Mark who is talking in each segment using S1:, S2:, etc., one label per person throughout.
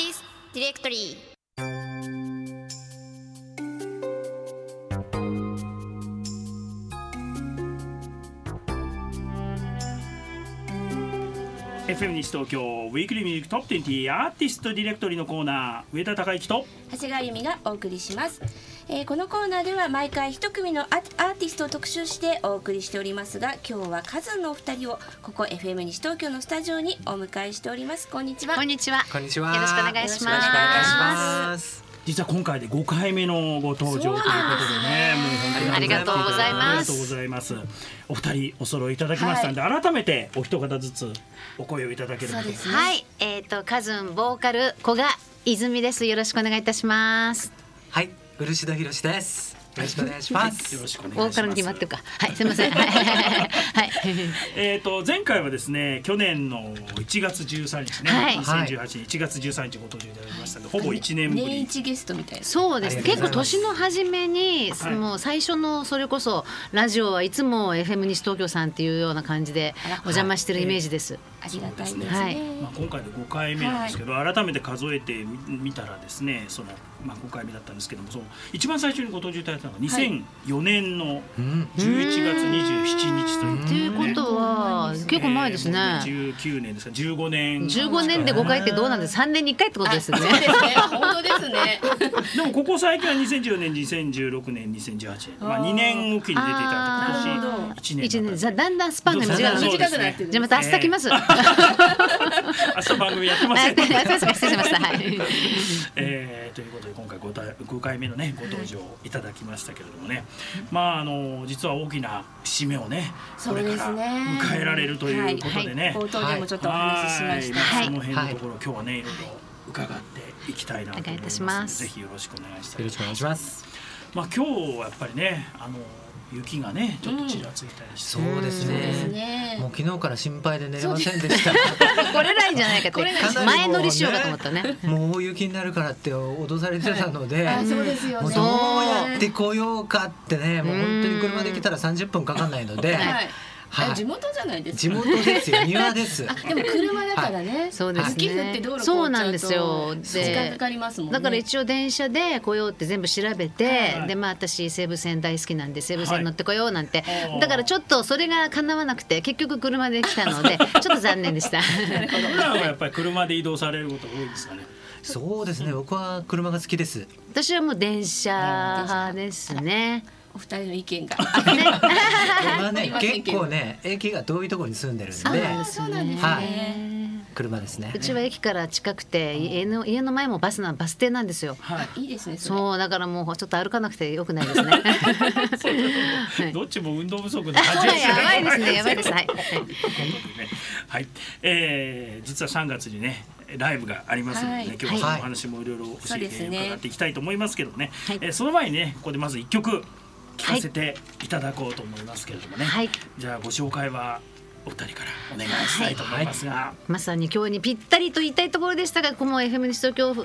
S1: ィレクトリー
S2: ー FM 西東京ウィークリーミュージックトップ20アーティストディレクトリーのコーナー上田孝之と
S3: 長谷川由美がお送りします、えーこのコーナーでは毎回一組のアアーティストを特集してお送りしておりますが今日はカズンのお二人をここ FM 西東京のスタジオにお迎えしておりますこんにちは
S1: こんに ちは
S4: こんにちは。
S1: よろしくお願いします
S4: よろくお願いします。
S2: 実は今回で5回目のご登場ということでねもう本当に
S1: ありがとうござ
S2: あ
S1: い
S2: り
S1: ま
S2: がとうご
S1: す
S2: ざいますお二人お揃いいただきましたんで、改めてお一方ずつお声をいただければと
S3: そうです
S1: はいえっ、とカズンボーカル古賀泉ですよろしくお願いいたします
S4: はい、漆戸博です。よろしくお願いします。
S2: よろしくお願いし
S1: ボ
S2: ます
S1: ーカルに決まってるかはいすみませんはい
S2: えー、と前回はですね去年の1月13日ね、
S1: はい
S2: 2018年1月13日ご登場いただきましたので、ほぼ1年ぶり、
S3: 年一ゲストみたいな
S1: そうです
S4: あ
S1: ね
S4: り
S1: 結
S4: が
S1: 構
S4: とうございます
S1: 年の初めに、
S2: はい
S1: もう最初のそれこそラジオはいつも FM 西東京さんっていうような感じで
S3: あら
S1: お邪魔してるイメージです、
S3: ありがたいです
S2: そう
S3: ね
S2: です
S1: ねはい
S2: まあ、今回で5回目なんですけど、改めて数えてみ見たらですねその、まあ、5回目だったんですけどもその一番最初にご登場いただいたのが2004年の11月27日という、
S1: っていうことは結構前ですね、
S2: 19年ですか15年
S1: 15年で5回ってどうなんですか3年に1回ってことですよね
S3: そうですね本当ですね
S2: でもここ最近は2014年2016年2018年まあ2年おきに出ていただいて
S1: あー
S2: 今年1年
S1: 一
S2: だった
S1: 年だだんだんスパンが短くな
S2: そう
S1: る
S2: です
S3: 短くなってる
S1: じゃあまた明日来ます。明
S2: 明日番組やってません
S1: 日明日ですか失礼しました。はい。
S2: えーということで今回 5, 回5回目のねご登場いただきましたけれどもね、まああの実は大きな節目をね
S3: そ
S2: こ
S3: う
S2: れ
S3: で
S2: か
S3: す
S2: ら
S3: ね
S2: 迎えられるということでね、
S3: 冒頭でもちょっとお話ししました
S1: は
S2: はいいその辺のところ、今日はねいろいろ伺っていきたいなと思い
S1: お願いい
S2: ま
S1: た
S2: す
S1: し
S2: ので
S1: ます
S2: ぜひよろしくお願いしたい
S4: よろ
S2: と
S4: しく
S2: 思
S4: お
S2: い
S4: 願
S2: ま
S4: い
S2: す
S4: します。
S2: まあ今日はやっぱりねあの雪がねちょっとちらついたりして、
S4: そうですね。も
S3: ね
S4: う昨日から心配で寝れませんでした。
S1: 来れないんじゃないかと
S4: 来れないんじゃない
S1: 前乗りしようかと思ったね。
S4: もう大雪になるからって脅されてたので。
S3: あそうですよ
S4: もう
S3: ね
S4: どうやって来ようかってね、もう本当に車で来たら30分かかんないので、
S3: はい
S4: はい
S3: あ地元じゃないです
S4: 地
S3: か
S4: 元ですよ、庭です。
S3: あでも車だからね、
S1: そうですね
S3: 雪降って道路
S1: そうなんですよ
S3: 凍っちゃうと時間かかりますもんね
S1: だから一応電車で来ようって全部調べて、
S2: はい
S1: でまあ私西武線大好きなんで西武線乗ってこようなんて、
S2: はい
S1: だからちょっとそれが叶わなくて結局車で来たの でちょっと残念でした。
S2: 普段はやっぱり車で移動されることが多いですかね。
S4: そうですね、僕は車が好きです。
S1: 私はもう電車派ですね。
S3: お二人の意 見が
S4: 僕は
S3: わかり
S4: ね、
S3: ませんけ
S4: 結
S3: ど
S4: 構ね、駅が遠いところに住んでるんで、
S1: なんですよね。
S4: はい、車ですね
S1: う。ちは駅から近くて家の家の前もバスなバス停なんですよ。
S2: はい。
S3: いいですねそれ
S1: そうだからもうちょっと歩かなくてよくないですね。はい
S2: どっちも運動不足な感
S1: そう
S2: じ
S1: だ
S2: が
S1: やばいですねやばい
S2: で
S1: で すはい。
S2: はい、えー、実は3月にねライブがありますので、ね
S3: はい
S2: 今日はそのお
S4: はい
S2: 話もいろいろ教
S3: そう
S2: え
S3: です
S2: て
S3: ね
S2: 伺っていきたいと思いますけどね
S1: はい
S2: えーその前にねここでまず1曲聴かせていただこうと思いますけれどもね、
S1: はい
S2: じゃあご紹介はお二人からお願いしたいと思いますが、
S1: まさに今日にぴったりと言いたいところでしたがこの FM 西東京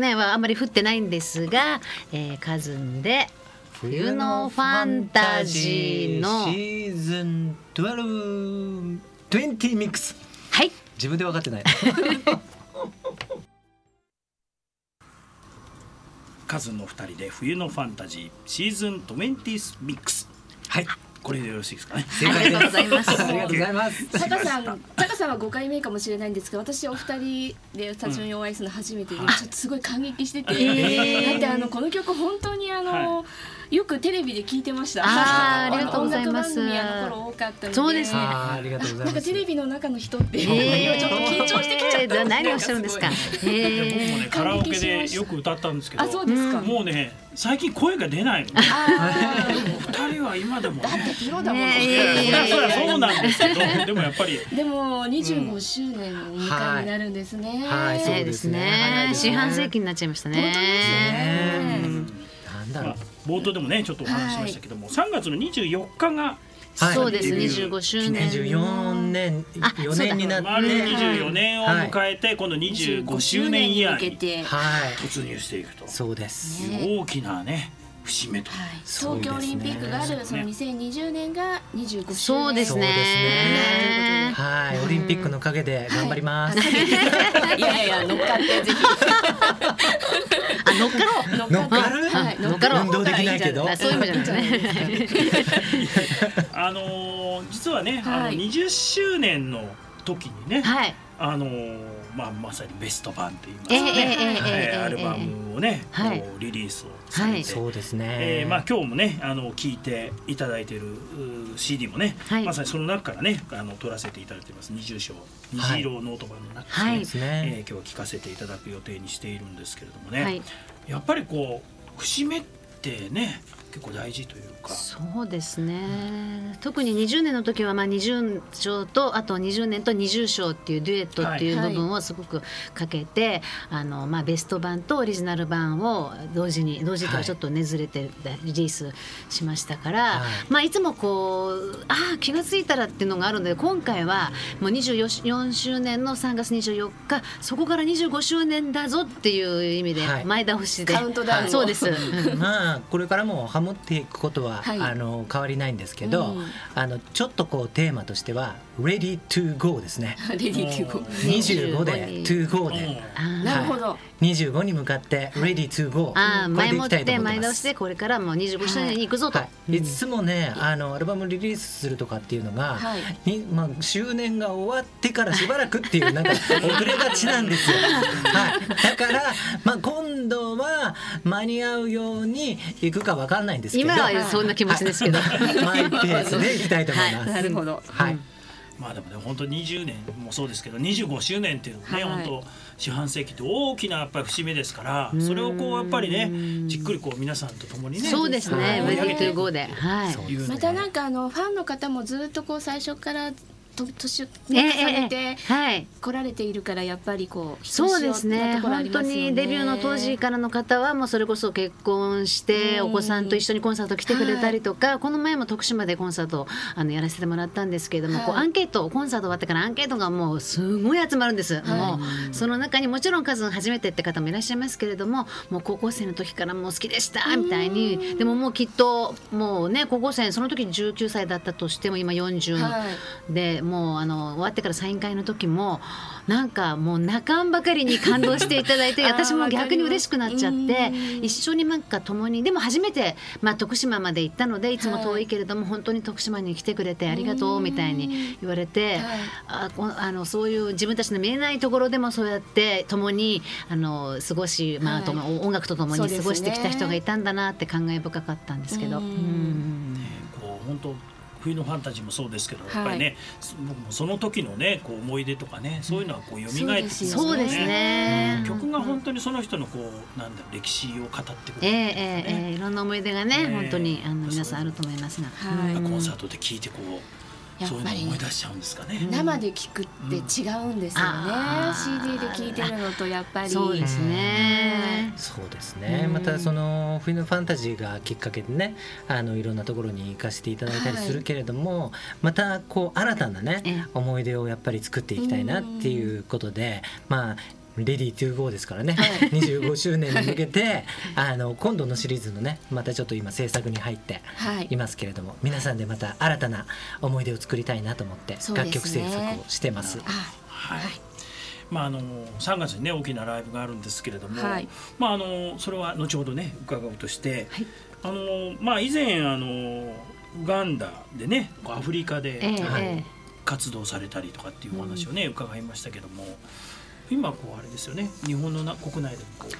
S1: ねはあんまり降ってないんですが、えー、カズンで冬のファンタジーの
S4: シーズン12、20ミックス。
S1: はい
S4: 自分で分かって ない。
S2: カズンのお二人で冬のファンタジーシーズン20ミックス
S4: はい、
S2: これでよろしいですかね。
S4: 正解です。
S1: ありがとうございます
S4: ありがとうございます。
S3: タカさん
S2: しまし
S3: タカさんは5回目かもしれないんですけど私お二人でスタジオにお会いするの初めてで、ちょっとすごい感激してて、
S1: えー
S3: だってあのこの曲本当にあの、よくテレビで聞いてました
S1: あーありがとうございます
S3: 音楽番組あの頃多かったので
S1: そうですね
S4: あーありがとうござい
S3: な
S4: ま
S3: ん
S4: す。
S3: かテレビの中の人って、
S1: えー
S3: ちょっと緊張してきちゃった
S1: 何をおっしゃるんですか。え
S2: いや僕もね
S1: ー
S2: カラオケでよく歌ったんですけど
S3: あそうですか、
S2: もうね最近声が出ないのね
S3: あー
S2: 二人は今でもね
S3: プロだもん、
S1: ねえ
S2: いやそりゃそうなんですけどでもやっぱり
S3: でも25周年のお迎えになるんですね、
S4: はい
S1: そうですね。四半世紀になっちゃいましたね。
S3: 本当ですね
S4: なんだ
S2: ま
S4: ろ
S2: あ
S4: う。
S2: 冒頭でもねちょっとお話ししましたけども3月の24日が
S4: はい
S1: そうです。
S2: デビ
S1: 二
S2: ュ
S1: 十
S2: ー
S1: 五周年。
S4: 24年、
S1: あそうだ
S4: 4年になって、
S2: 丸24年を
S4: はい
S2: 迎えて今度25周
S3: 周年
S2: 年イ
S3: に
S2: ヤ
S3: 向
S2: ー
S3: け
S2: に
S3: て
S4: はい、
S2: 突入していくと
S4: そうです。
S2: いう大きなね節目と。
S3: い、東京オリンピックがあるその2020年が25周年
S1: そうですね
S3: ね
S4: はい、オリンピックの陰で頑張ります。
S3: いやいや乗っかってぜ
S1: あ乗っかろう
S3: ひ乗っ
S4: 乗っ
S3: か
S4: か
S3: って
S4: る
S3: はい
S1: 乗っかろう
S4: 運動できないけど
S1: あそういう意味じゃないですね
S2: あのー実はね、
S3: は
S2: あの
S3: い
S2: 20周年の時にね、
S1: はい
S2: あのーまあまさにベスト版と言います
S1: え
S2: か
S1: ええ
S2: ね、
S1: ええええ
S2: えーアル
S1: え
S2: バムをね、
S1: はい
S2: こうリリースをされて、
S1: はい
S4: そうですね。
S2: えーまあ、今日もねあの聞いていただいているうー CD もね、
S1: はい
S2: まさにその中からねあの取らせていただいてます二重章虹色ノート版の中ですね、
S1: はい
S4: です
S2: えー
S4: ね。
S2: 今日は聞かせていただく予定にしているんですけれども
S1: え
S2: ね、
S1: はい
S2: やっぱりこう節目ってね結構大事というか。
S1: そうですね特に20年の時はまあ20章とあと20年と20章っていうデュエットっていう
S3: はい
S1: 部分をすごくかけて、あのまあ、ベスト版とオリジナル版を同時に同時と
S4: は
S1: か
S4: い
S1: ちょっとねずれてリリースしましたから、
S4: はい
S1: いまあ、いつもこうああ気が付いたらっていうのがあるので今回はもう24周年の3月24日そこから25周年だぞっていう意味で
S4: はい
S1: 前倒しで、
S3: カウントダウンを
S1: そうです。うん
S4: まあこれからもハモっていくことは、
S3: はい
S4: あの変わりないんですけど、
S3: うん
S4: あのちょっとこうテーマとしては Ready to go ですね。
S3: レディーキューゴ
S4: 25で
S1: 25に
S4: to go
S2: う
S4: で
S2: ん
S1: あー
S3: なるほど、
S4: 25に向かって Ready to go こ
S1: あ
S4: れ
S1: あ前
S4: でい
S1: も
S4: き
S1: った
S4: いと
S1: て
S4: 思って
S1: 前
S4: ま
S1: 倒し
S4: す
S1: で。これからもう25周年に行くぞと、
S4: はい、いつもね、あのアルバムリリースするとかっていうのが、
S3: はい
S4: にまあ、周年が終わってからしばらくっていう なんか遅れがちなんですよ、はい、だから、まあ、今度は間に合うようにいくかわかんないんですけど
S1: 今はそんな気持ちですけど、
S4: はいマイペースでいきたいと思います。
S3: なるほど
S4: はい
S2: まあでもね本当20年もそうですけど25周年っていうのはね、
S3: はい
S2: 本当四半世紀って大きなやっぱり節目ですからそれをこうやっぱりねじっくりこう皆さんと共にね
S1: そうですね「
S2: 盛り上げ
S1: Ready
S2: てい
S1: to
S2: く
S1: Go」で、はい
S4: そ、う
S2: いうのが
S3: またなんかあのファンの方もずっとこう最初からと年を重ね
S1: ええええ
S3: て
S1: はい
S3: 来られているからやっぱりこう
S1: そうですね
S3: ひとしおなところあ
S1: 本
S3: り
S1: 当
S3: ますよね
S1: にデビューの当時からの方はもうそれこそ結婚して
S3: うん
S1: お子さんと一緒にコンサート来てくれたりとか、この前も徳島でコンサートをあのやらせてもらったんですけれども、
S3: はい
S1: こうアンケートコンサート終わってからアンケートがもうすごい集まるんです、
S3: はい
S1: もうその中にもちろんカズン初めてって方もいらっしゃいますけれどももう高校生の時からもう好きでしたみたいにでももうきっともうね高校生その時19歳だったとしても今40の
S3: はい
S1: でもうあの終わってからサイン会の時もなんかもう泣かんばかりに感動していただいて
S3: あー
S1: 私も逆に嬉しくなっちゃっ
S3: わかり
S1: て
S3: ますうん
S1: 一緒になんか共にでも初めて、まあ、徳島まで行ったのでいつも遠いけれども、本当に徳島に来てくれてありがとうみたいに言われ
S3: は
S1: て、
S3: い
S1: あこあのそういう自分たちの見えないところでもそうやって共にあの過ごし、まあとも
S3: は
S1: 音楽と共
S3: そう
S1: に
S3: ですね
S1: 過ごしてきた人がいたんだなって感慨深かったんですけど。
S3: うん
S1: うん
S2: こう本当冬のファンタジーもそうですけど、
S3: はい
S2: やっぱりねそ僕もその時のねこう思い出とかねそういうのはこう蘇ってくるんですよ
S1: そうですね、
S4: うん
S2: 曲が本当にその人のこうなんだろう歴史を語ってくれ
S1: ええ
S2: る
S1: え
S2: っていうか
S1: ええ
S2: ね
S1: えいろんな思い出がね、
S2: ねえ
S1: 本当にあの皆さんあると思いますが、
S3: はい
S1: うん
S2: コンサートで聞いてこう
S3: やっ
S2: そういう
S3: ぱ
S2: のを
S3: り
S2: 思い出しちゃうんですかね。
S3: 生で聞くって違うんですよね、
S1: あ
S3: CD
S1: ー
S3: で聞いてるのとやっぱり
S1: そうですね。
S4: そうですね、
S1: うん
S4: またその冬のファンタジーがきっかけでねあのいろんなところに行かせていただいたりするけれども、またこう新たな
S1: ええ
S4: ね思い出をやっぱり作っていきたいなっていうことで、まあレディートゥーゴーですからね、25周年に向け てあの今度のシリーズのねまたちょっと今制作に入って
S3: はい
S4: いますけれども皆さんでまた新たな思い出を作りたいなと思って
S3: そうですね
S4: 楽曲制作をしてます。
S3: あ
S2: はい。まああの3月にね大きなライブがあるんですけれども、
S3: はい
S2: まああのそれは後ほどね伺うとして、
S1: はい
S2: あのまあ以前あのウガンダでねアフリカで、
S1: ええ
S2: あの
S1: ええ
S2: 活動されたりとかっていうお話をね、伺いましたけども、今こうあれですよね日本のな国内でもこう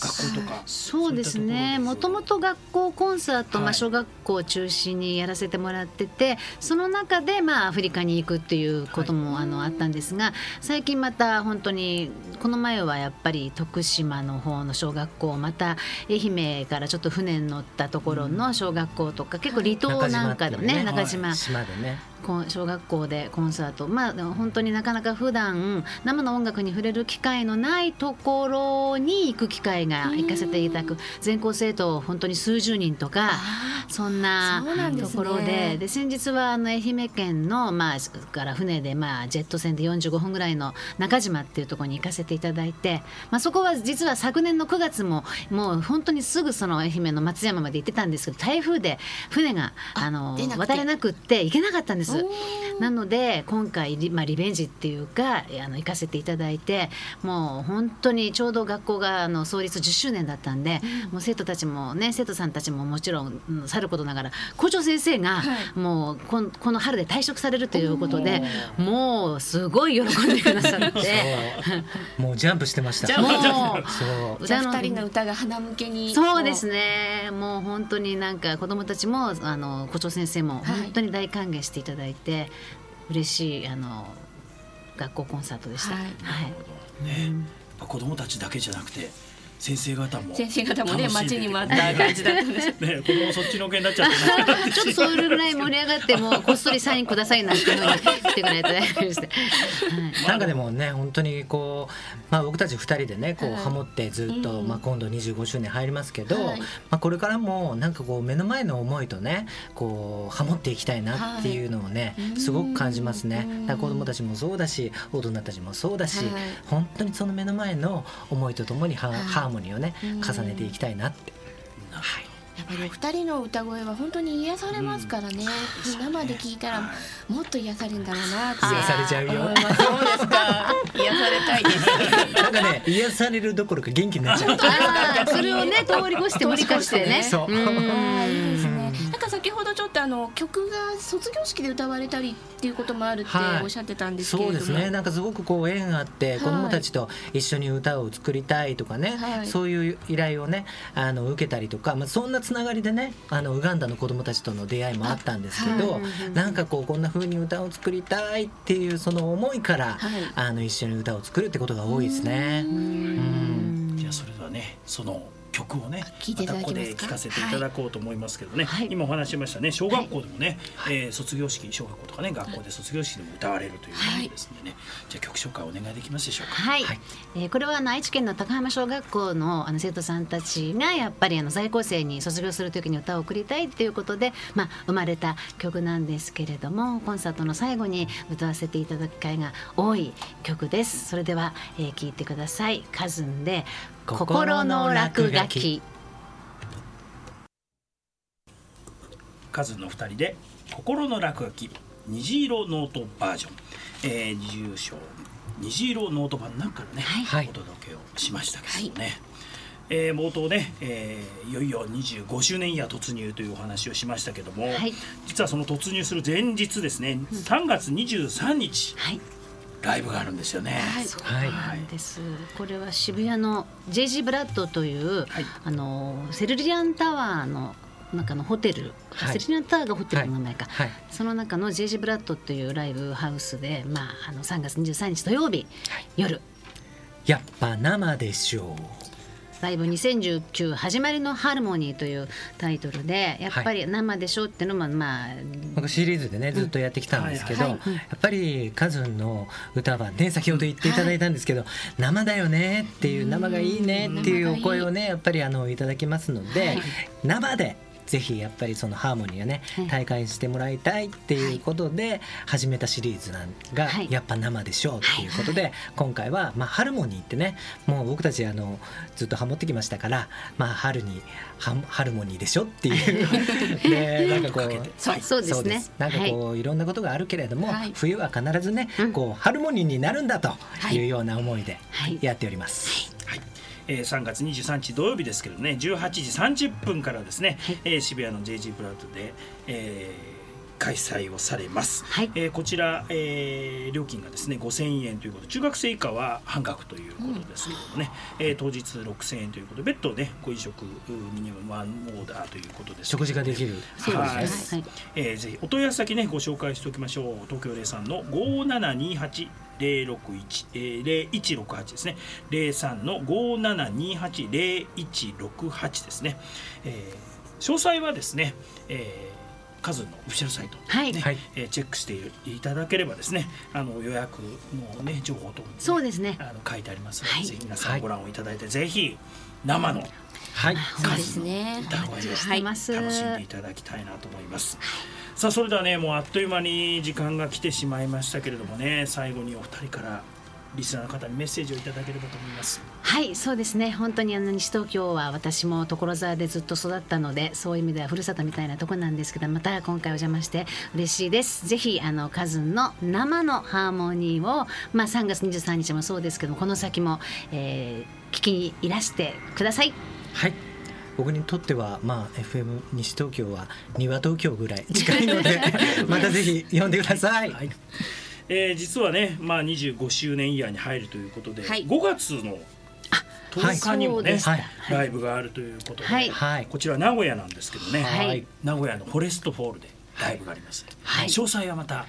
S2: 学校とか
S1: そうですねもとも
S2: と
S1: と学校コンサート、
S2: はい
S1: まあ、小学校を中心にやらせてもらっててその中で、まあ、アフリカに行くっていうことも、あのあったんですが最近また本当にこの前はやっぱり徳島の方の小学校また愛媛からちょっと船に乗ったところの小学校とか、結構離島なんかでもね
S4: 中島っていうね
S1: 中
S4: 島
S1: 島
S4: でね
S1: こう小学校でコンサートまあでも本当になかなか普段生の音楽に触れる機会のないところに行く機会が行かせていただく全校生徒本当に数十人とかそんな
S3: そうなんで
S1: と
S3: すね
S1: ころでで先日はあの愛媛県の、まあ、そこから船で、まあ、ジェット船で45分ぐらいの中島っていうところに行かせていただいて、まあ、そこは実は昨年の9月ももう本当にすぐその愛媛の松山まで行ってたんですけど台風で船があの
S3: 出なくて
S1: 渡れなくって行けなかったんです
S3: おー。
S1: なので今回リ,、まあ、リベンジっていうかえあの行かせていただいてもう本当にちょうど学校があの創立10周年だったんで、もう生徒たちもね生徒さんたちももちろん、うんさることながら校長先生が
S3: はい
S1: もうこんこの春で退職されるということでもうすごい喜んでくださって
S4: もうジャンプしてました
S3: ジャンプ
S1: もう
S4: そ う
S3: じゃあ二人の歌が花向けに
S1: そうですねもう本当になんか子どもたちもあの校長先生も
S3: はい
S1: 本当に大歓迎していただいて、嬉しいあの学校コンサートでした。
S3: はい
S1: はい
S2: ね、やっぱ子供たちだけじゃなくて先生方も
S3: 先生方もね
S2: 楽しんで
S3: 待ちに待った感じだったんです
S2: ね子供そっちのけになっちゃってね
S1: ちょっ とそういうぐらい盛り上がって もこっそりサインくださいなんていうふうに言ってくれたり して、はい
S4: なんかでもね本当にこう、まあ、僕たち2人でねこう
S3: はい
S4: ハモってずっと、
S3: うん
S4: まあ、今度25周年入りますけど、
S3: はい
S4: まあ、これからもなんかこう目の前の思いとねこうハモっていきたいなっていうのをね、
S3: はい
S4: すごく感じますね
S3: うん。
S4: だから子どもたちもそうだし大人たちもそうだし、
S3: はい
S4: 本当にその目の前の思いとともにハ,、
S3: い
S4: ハーモニーをね
S3: うん
S4: 重ねていきたいなって。はい
S3: やっぱりお二人の歌声は本当に癒されますからね、生で聞いたらもっと癒されるんだろうなって
S4: 癒されちゃうよ
S3: 思いますそうですか癒されたいです
S4: なんかね癒されるどころか元気になっちゃう。
S1: あーそれをね通り越してもしかしてね
S4: そう
S3: あーいいです
S1: ん
S3: ね。なんか先ほどちょっとあの曲が卒業式で歌われたりっていうこともあるって
S4: はい
S3: おっしゃってたんですけれ
S4: そ
S3: ど
S4: う
S3: も、
S4: ですねなんかすごくこう縁があって、
S3: い
S4: 子どもたちと一緒に歌を作りたいとかね、
S3: はい
S4: そういう依頼をねあの受けたりとか、まあ、そんなつながりでねあのウガンダの子どもたちとの出会いもあったんですけど、
S1: あはい
S4: なんかこうこんな風に歌を作りたいっていうその思いから、
S3: はい
S4: あの一緒に歌を作るってことが多いですね。
S1: うん
S2: じゃあそれではねその曲をね
S3: 聞いていただけ
S2: ここ
S3: ま
S2: です
S3: か
S2: 聞かせていただこうと思いますけどね、
S1: はい
S2: 今お話ししましたね小学校でもね、えー卒業式小学校とかね学校で卒業式でも歌われるということですのでね、じゃあ曲紹介お願いできますでしょうか。
S1: はい、
S4: はい
S1: えーこれはあの愛知県の高浜小学校のあの生徒さんたちがやっぱりあの在校生に卒業する時に歌を送りたいっていうことで、まあ、生まれた曲なんですけれどもコンサートの最後に歌わせていただく機会が多い曲ですそれでは聴、えー聞いてください「カズンで心の落書き」
S2: カズの二人で心の落書き虹色ノートバージョン、えー、二重賞虹色ノート版なんかのね、
S4: はい
S2: お届けをしましたけどもね、えー冒頭ね、えーいよいよ25周年イヤー突入というお話をしましたけども、
S1: はい
S2: 実はその突入する前日ですね3月23日
S1: はい
S2: ライブがあるんですよね、
S1: そうなんです、これは渋谷の JG ブラッドという、
S2: はい
S1: あのセルリアンタワーの中のホテル、
S4: はい
S1: セルリアンタワーがホテルの名前か、
S4: はい
S1: その中の JG ブラッドというライブハウスで、まあ、あの3月23日土曜日、夜
S4: やっぱ生でしょう。
S1: ライブ2019始まりのハーモニーというタイトルでやっぱり生でしょっていうのもまあ、
S4: 僕シリーズでねずっとやってきたんですけど、
S3: うんはい
S4: やっぱりカズンの歌はね先ほど言っていただいたんですけど、生だよねっていう生がいいねっていうお声をねやっぱりあのいただきますので、
S1: はい
S4: 生でぜひやっぱりそのハーモニーがね
S1: はい
S4: 体感してもらいたいっていうことで始めたシリーズなんが
S1: はい
S4: やっぱ生でしょうっていうことで今回はまあハーモニーってねもう僕たちあのずっとハモってきましたからまあ春にハハーモニーでしょっていうでなんかこう
S1: そうそうですね
S4: なんかこう、い、ろんなことがあるけれども、
S3: はい
S4: 冬は必ずね、
S1: うん
S4: こうハルモニーになるんだと
S1: い
S4: いうような思いで
S1: はい
S4: やっております。
S2: はいえー、3月23日土曜日ですけどね18時30分からですね、えー渋谷の JG プラットで、えー開催をされます、
S1: はい
S2: えーこちら、えー料金がですね5000円ということ中学生以下は半額ということですけどもね、えー当日6000円ということで別途ねご飲食ミニマムワンオーダーということですけど
S4: 食事ができる。
S1: そうですね
S2: はい
S1: はい
S2: えーぜひお問い合わせ先ねご紹介しておきましょう東京零三の五七二八零六一零一六八ですね零三の五七二八零一六八ですね、えー詳細はですね、えーカズンのオフィシャルサイト、
S1: はい
S2: ね
S4: はい
S2: えーチェックしていただければですねあの予約の、ね、情報ともね、
S1: そうですね
S2: あの書いてありますので、
S1: はい
S2: ぜひ皆さんご覧をいただいて、ぜひ生の
S4: はい
S3: そうですね。
S2: 歌声を
S1: し
S2: 楽
S1: てます、
S2: しんでいただきたいなと思います。さあそれではねもうあっという間に時間が来てしまいましたけれどもね最後にお二人からリスナーの方にメッセージをいただければと思います。
S1: はいそうですね本当にあの西東京は私も所沢でずっと育ったのでそういう意味ではふるさとみたいなとこなんですけどまた今回お邪魔して嬉しいですぜひあのカズンの生のハーモニーを、まあ、3月23日もそうですけどもこの先も、えー聞きにいらしてください
S4: はい僕にとっては、まあ、FM 西東京は庭東京ぐらい近いので またぜひ呼んでください、
S2: はいえー実はね、まあ、25周年イヤーに入るということで、
S3: はい
S2: 5月の
S4: はい
S2: 10日にもね、
S4: はい
S2: ライブがあるということで、
S1: はい
S4: はい
S2: こちら名古屋なんですけどね、
S1: はいはい
S2: 名古屋のフォレストホールでライブがあります、
S1: はい
S2: 詳細はまた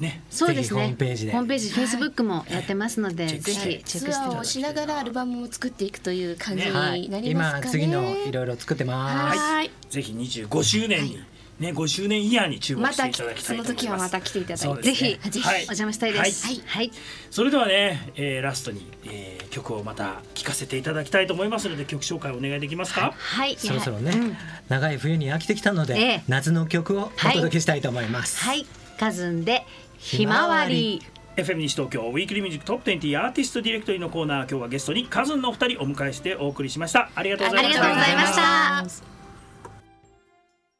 S2: ね
S1: そうですね
S4: ぜひホームページで
S1: ホームページフェイスブックもやってますので、
S2: チェック
S1: ぜ
S2: して
S1: ひチェック
S5: ツ
S1: して
S5: ア
S1: く
S5: ー
S1: だ
S5: を
S1: さ
S5: しながらアルバムを作っていくという感じにな
S4: は
S5: り
S4: い
S5: ますかね。
S4: 今次のいろいろ作ってます、
S5: はい。
S2: ぜひ25周年に、ね5周年イヤーに注目
S5: ま
S2: して
S5: た
S2: い
S5: き
S2: ただき
S5: そ
S2: たい
S5: の
S2: と思います
S5: 時はまた来ていただ
S2: そう
S5: い
S2: で
S5: て。
S1: いぜひ、
S2: ですね
S1: ぜひ
S2: はい
S1: お邪魔したいです
S2: はい
S1: はい
S2: それではね、えーラストに、えー曲をまた聴かせていただきたいと思いますので曲紹介お願いできますか、
S1: はい
S4: そろそろね、
S1: うん
S4: 長い冬に飽きてきたので、
S1: ええ
S4: 夏の曲をお届けしたいと思います、
S1: はいカズンでひまわり
S2: FM 西東京ウィークリーミュージックトップ20アーティストディレクトリーのコーナー今日はゲストにカズンのお二人お迎えしてお送りしましたありがとうございました
S1: ありがとうございました